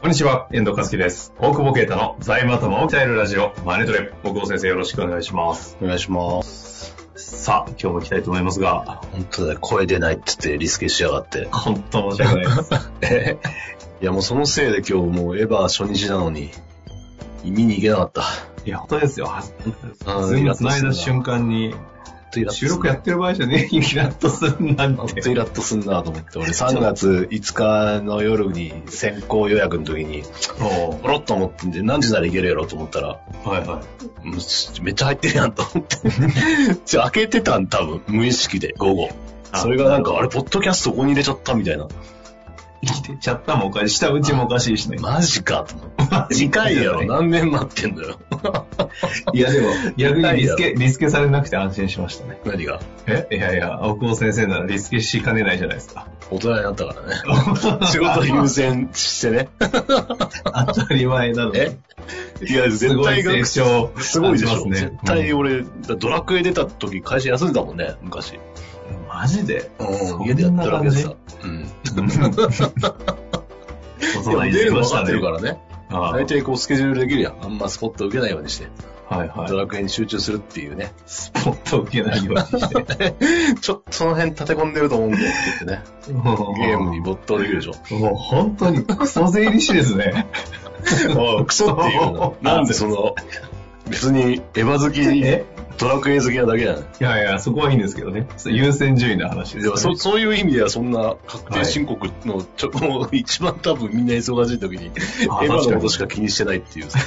こんにちは、遠藤和樹です。大久保啓太の財務頭を鍛えるラジオ、マネトレ。大久保先生よろしくお願いします。お願いします。さあ、今日も行きたいと思いますが、本当だよ、声出ないって言ってリスケしや がって。本当申し訳ないです。いやもうそのせいで今日もうエヴァ初日なのに、見に行けなかった。いや、本当ですよ。うんズーム繋いだ瞬間に、ほんとイラッとす収る録やってる場合じゃねえ、イラッとすんなんほんて。とイラッとすんなと思って、俺3月5日の夜に先行予約の時に、もポロッと思ってんで、何時なら行けるやろと思ったら、うはいはい。もうしめっちゃ入ってるやんと思って。ちょ開けてたん多分、無意識で、午後。あそれがなんか、あれ、ポッドキャストここに入れちゃったみたいな。生きてちゃったもおかしい。下打ちもおかしいしね。マジかと思って。次回やろ、何年待ってんだよ。 いやでも、逆にリス痛いケ、リスケされなくて安心しましたね。何がえいやいや、大久保先生ならリスケしかねないじゃない ですか。大人になったからね。 仕事優先してね。当たり前なのに。えいや、す絶ご対い成が、長。すごいでしありょ。ますね絶対俺、ドラクエ出た時会社休んでたもんね、昔。マジでそんな感じ家でやったらけでさ。うん。 でも出るの分かってるからね。ああ大体こうスケジュールできるやん。あんまスポット受けないようにして、はいはドい。ラクエに集中するっていうね。スポット受けないようにして。ちょっとその辺立て込んでると思うんだよって言ってね。ゲームに没頭できるでしょ。に。もう本当にクソ税理士ですね。 ああクソっていうの。 なんでその、別にエヴァ好きに、えドラクエ好きなだけじゃない。いやいや、そこはいいんですけどね。優先順位の話ですでよもね。そそういう意味ではそんな確定申告のちょ、もう一番多分みんな忙しい時にエあヴァのことし確か気にしてないっ ていうさ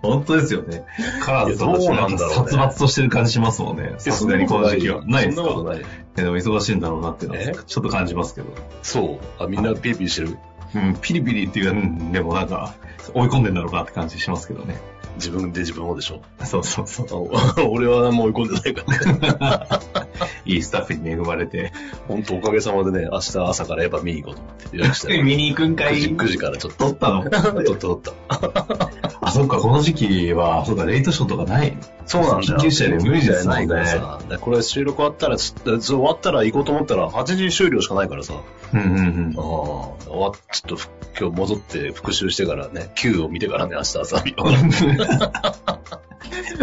本当ですよね。カラーズいやどうなんだろうね殺伐としてる感じしますもんね。さすがにこの時期は。ないですそんかなことないえでも忙しいんだろうなっていうのえは、ちょっと感じますけど。そうあみんなピリピリしてるうん、ピリピリっていうか、うん、でもなんか、追い込んでんだろうなって感じしますけどね。自分で自分をでしょそうそうそう。あ お俺は何も追い込んでないからねいいスタッフに恵まれて。本当おかげさまでね明日朝からエヴァ見に行こうと思って予約して る見に行くんか9時い ,9 時からちょっ撮と ったの撮った撮ったあ、そっか、この時期は、そうか、レイトショーとかない。そうなんだよ緊急車で無理ですもんねないからさでこれ収録終わったらちょっと終わったら行こうと思ったら8時終了しかないからさうんうんうん。ああ、終わっちょっとふ今日戻って復習してからね、Q を見てからね、明日 朝。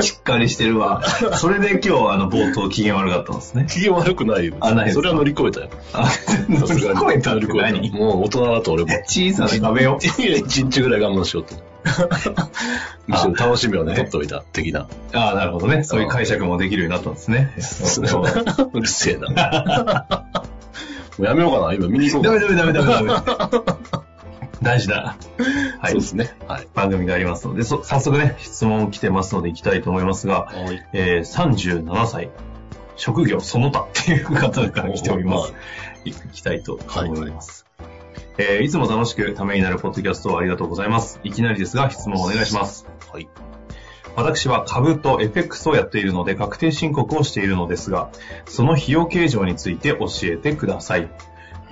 しっかりしてるわ。それで今日、あの、冒頭機嫌悪かったんですね。機嫌悪くないよ。あないですかそれは乗り越えたよ。あ、 乗り越えたって乗り何越えもう大人だと俺も。小さな壁を。いや一日ぐらい我慢しよう と。むしろ楽しみをね、ね取っておいた、的な。ああ、なるほどね。そういう解釈もできるようになったんですね。うるせえな。もうやめようかな、今見に行こうダかメダな。メダメダメダメ。大事だ。はそういで。すね。はい。番組がありますので、そ早速ね、質問来てますので行きたいと思いますが、えー、37歳、職業その他っていう方から来ております。いきたいと思います。えーいつも楽しくためになるポッドキャストをありがとうございます。いきなりですが、質問をお願いします。はい。私は株と FX をやっているので、確定申告をしているのですが、その費用計上について教えてください。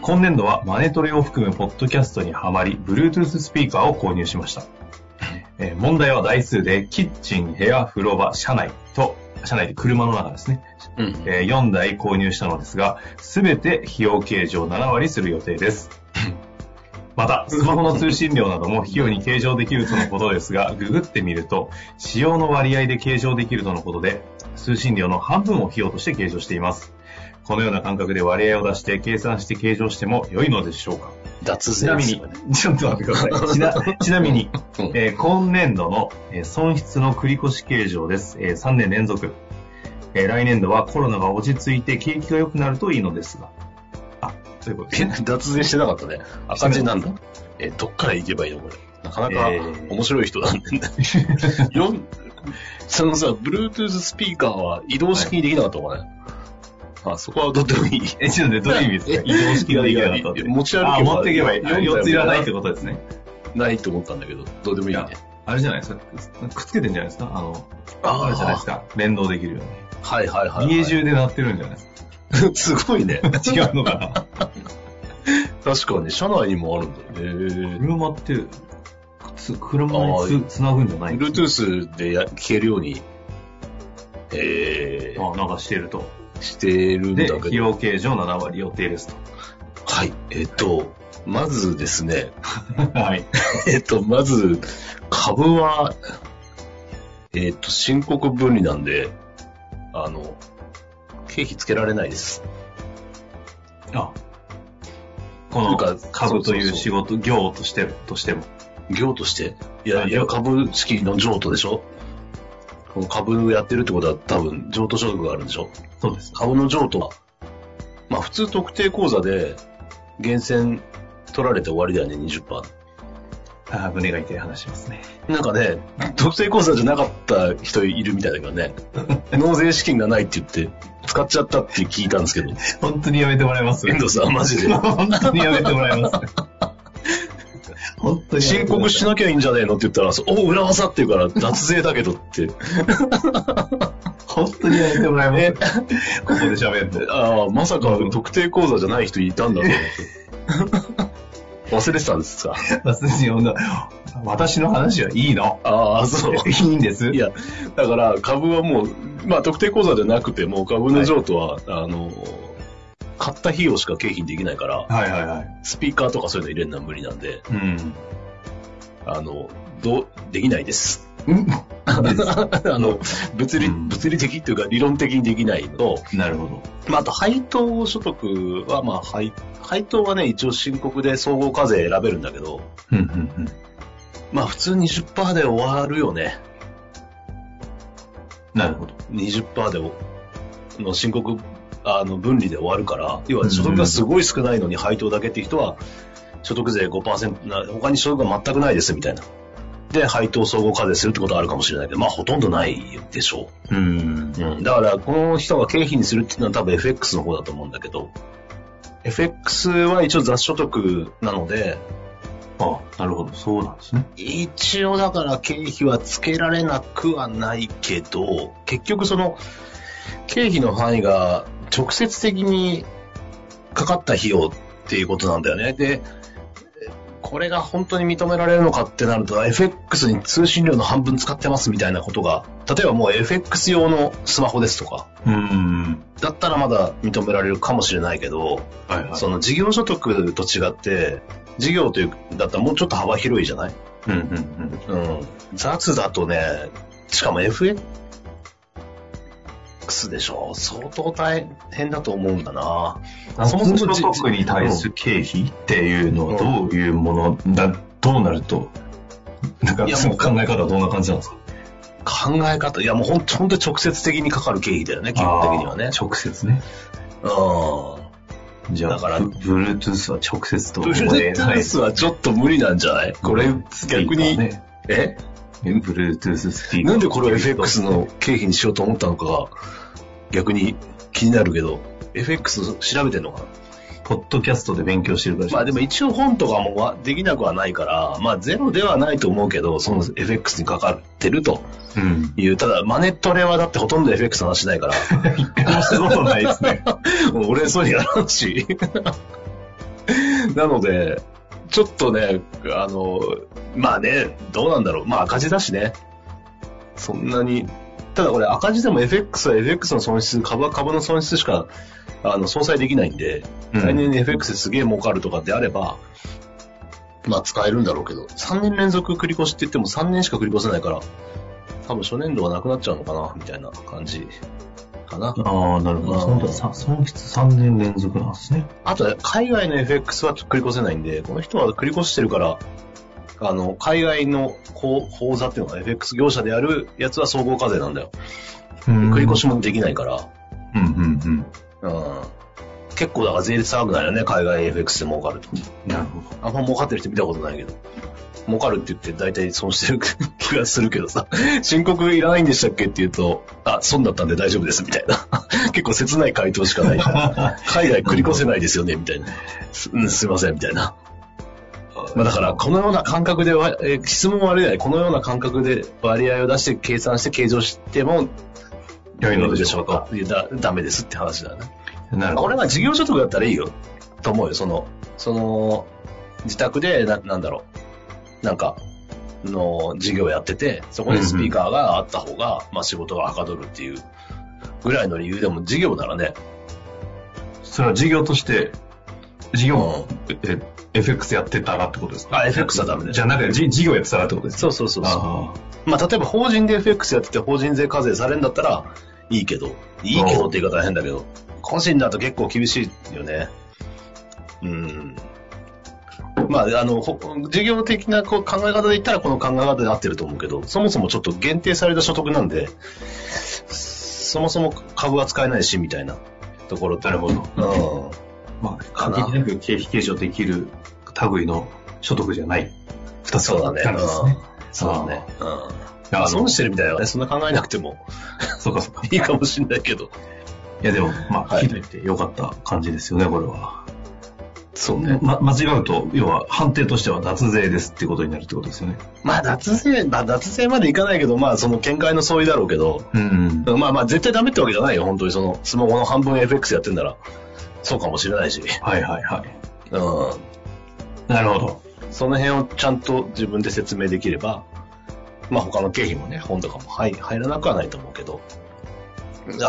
今年度はマネトレを含むポッドキャストにはまり、Bluetooth スピーカーを購入しました。えー問題は台数で、キッチン、部屋、風呂場、車内と、車内で車の中ですね、うん。えー4台購入したのですが、すべて費用計上7割する予定です。 また、スマホの通信料なども費用に計上できるとのことですが、ググってみると、使用の割合で計上できるとのことで、通信料の半分を費用として計上しています。このような感覚で割合を出して計算して計上しても良いのでしょうか脱ち税なでみすによね。、 ちょっと待ってください。ち なちなみに、うんえー今年度の、えー損失の繰越計上です。え3年連続、えー来年度はコロナが落ち着いて景気が良くなるといいのですが。あ、そういうことですね。 脱税してなかったね。赤字なんだ。え、どっから行けばいいのこれ。なかなかえー面白い人なんで ね。よんそのさ、Bluetooth スピーカーは移動式にできなかったのかね。あ、そこはどうでもいい。 え、ちょっとね、どういう意味ですか移動式のできなかったっいてや。持ち歩けばあ、持っていけばいい。読んだよ4ついらないってことですね。ないと思ったんだけど、どうでもいいねい。あれじゃないですか。くっつけてんじゃないですかあの、あるじゃないですか。連動できるよね。はいはいはい、はい。家中で鳴ってるんじゃないです すごいね。か。違うのかな確かに、車内にもあるんだよね。車って、つ車につつなぐんじゃないんです Bluetooth でや聞けるように、えかあなんかしてると。ー、してるんだで、け費ど。用計上7割予定ですと。はい。えっ、と、まずですね、 はい。えっ、と、まず、株は、えっ、と、申告分離なんで、あの、経費つけられないです。あ、こといのうか株とそうそういそうう仕事、業としてとしても。業として。いあや、いや業株式の譲渡でしょこの株やってるってことは多分、譲渡所得があるんでしょそうです。株の譲渡は、まあ普通特定口座で、源泉取られて終わりだよね、20%。あ胸が痛い話しますね。なんかね、特定口座じゃなかった人いるみたいだけどね、納税資金がないって言って、使っちゃったって聞いたんですけど、 本当にやめてもらいます遠藤さん、マジで。 本当にやめてもらいます。 本当にやめ申てもらい告ますしなきゃいいんじゃねえのって言ったら、そうお、裏技って言うから、脱税だけどって。本当にやめてもらいます。ここで喋 って。ああ、まさか特定口座じゃない人いたんだと思って。忘れてたんですか。私呼んだ。私の話はいいの。ああ、そ う。いいんです。いや、だから株はもう、まあ特定口座じゃなくても、株の譲渡は、あの、買った費用しか経費にできないから、はいはいはい。スピーカーとかそういうの入れるのは無理なんで、うん。あの、どう、できな いです。ですあの、物理、うん物理的っていうか理論的にできないのと、なるほど。まあ、あと配当所得は、まあ、配、配当はね、一応申告で総合課税選べるんだけど、うんうんうん。まあ普通20%で終わるよね。なるほど。 20%でおの申告あの分離で終わるから、要は所得がすごい少ないのに配当だけって人は、所得税5%な、他に所得が全くないですみたいな。で、配当総合課税するってことはあるかもしれないけど、まあほとんどないでしょうんう。だから、この人が経費にするっていうのは多分 FX の方だと思うんだけど、FX は一応雑所得なので、あ、なるほど。そうなんですね。一応だから経費はつけられなくはないけど、結局その経費の範囲が直接的にかかった費用っていうことなんだよね。で、これが本当に認められるのかってなると、FX に通信料の半分使ってますみたいなことが、例えばもう FX 用のスマホですとか、うん。だったらまだ認められるかもしれないけど、はいはい。その事業所得と違って、事業という、だったらもうちょっと幅広いじゃないうんうんうん。うん、雑だとね、しかも FX でしょ相当大変だと思うんだな。そもそも所得に対する。る経費っていうのはどういうものだ、どうなると、なんかいやその考え方はどんな感じなんですか考え方、いやもうほんとほんと直接的にかかる経費だよね、基本的にはねあ。ー直接ね。うじゃあ、だからブ Bluetooth は直接とん。ブルートゥースはちょっと無理なんじゃないこれ、逆に、えブスピーカー。なんでこれを FX の経費にしようと思ったのかが、逆に気になるけど、FX 調べてんのかなポッドキャストで勉強してるからまあでも一応本とかもわできなくはないから、まあゼロではないと思うけど、その FX にかかってるとうん。いう、ただマネトレはだってほとんど FX の話しないから、そうないですね。もう俺そういう話。 なので、ちょっとね、あの、まあね、どうなんだろう。まあ赤字だしね。そんなに、ただこれ赤字でも FX は FX の損失、株は株の損失しか、あの、相殺できないんで、うん来年 FX ですげえ儲かるとかであれば、まあ使えるんだろうけど、3年連続繰り越しって言っても3年しか繰り越せないから、多分初年度はなくなっちゃうのかな、みたいな感じかな。 ああ、なるほど。そんなさ損失3年連続なんですね。あと、海外の FX は繰り越せないんで、この人は繰り越してるから、あの、海外の口口座っていうのは FX 業者でやるやつは総合課税なんだよ。うん繰り越しもできないから。うんうんうん。うん。結構だから税率高くなるよね、海外 FX で儲かると。なるほど。あんま儲かってる人見たことないけど。儲かるって言って大体損してる 気がするけどさ、申告いらないんでしたっけって言うと、あ、損だったんで大丈夫ですみたいな。 結構切ない回答しかない。 海外繰り越せないですよねみたいな。すうん、すいませんみたいな。まあだから、このような感覚でわ、えー質問割合、このような感覚で割合を出して計算して計上しても、良いのでしょうか。いやだ、ダメですって話だね。なるほこど。れが事業所得だったらいいよ。と思うよ。その、その、自宅で、な、なんだろう。なんか、の、事業やってて、そこにスピーカーがあった方が、まあ仕事がはかどるっていうぐらいの理由でも事業ならね、それは事業として、事業もう、え、FX やってたらってことですかあ FX はダメだよじゃなくて、じ事業やってたらってことですかそうそうそうそああう。まあ例えば法人で FX やってて法人税課税されるんだったら、いいけど、いいけどって言い方は変だけど、個人だと結構厳しいよね。うん。まあ、あの、ほ事業的なこう考え方で言ったらこの考え方で合ってると思うけど、そもそもちょっと限定された所得なんで、そもそも株は使えないし、みたいなところと。なるほど。うまあ、かな限りなく経費計上できる類の所得じゃない。ん。そうだね。なんですねうんそうだね。うん。ああ、の損してるみたいなね。そんな考えなくてもそうかそうか。いいかもしれないけど。いやでも、まあ、はい聞いといてよかった感じですよね、これは。そうま、間違うと、要は判定としては脱税ですってことになるってことですよね。まあ、脱税、まあ、脱税までいかないけど、まあ、その見解の相違だろうけど、うん。まあまあ、絶対ダメってわけじゃないよ、本当に。その、スマホの半分 FX やってんなら、そうかもしれないし。はいはいはい。うん。なるほど。その辺をちゃんと自分で説明できれば、まあ、他の経費もね、本とかも入入らなくはないと思うけど、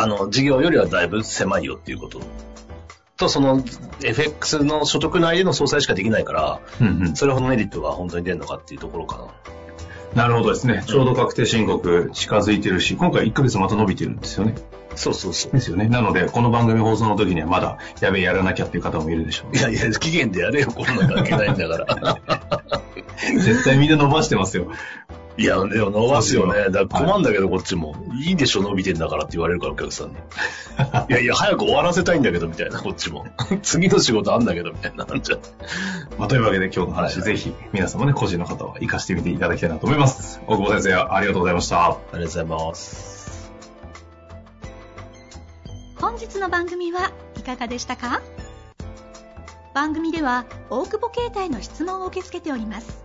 あの、事業よりはだいぶ狭いよっていうこと。と、その、FX の所得内での総裁しかできないから、うんうん。それほどメリットが本当に出るのかっていうところかな。なるほどですね。ちょうど確定申告近づいてるし、今回1ヶ月また伸びてるんですよね。そうそうそう。ですよね。なので、この番組放送の時にはまだ、やべえ、やらなきゃっていう方もいるでしょういね。やいや、期限でやれよ、コロナ関係ないんだ から。絶対みんな伸ばしてますよ。いや、でも伸ばすよね。だからはい困んだけど、こっちも。いいでしょ、伸びてんだからって言われるから、お客さん に。いやいや、早く終わらせたいんだけど、みたいな、こっち も。次の仕事あんだけど、みたいな。なんじゃまあ、というわけで今日の話、はいはぜひ皆さんもね、個人の方は活かしてみていただきたいなと思います。大久保先生、ありがとうございました。ありがとうございます。本日の番組はいかがでしたか番組では大久保携帯の質問を受け付けております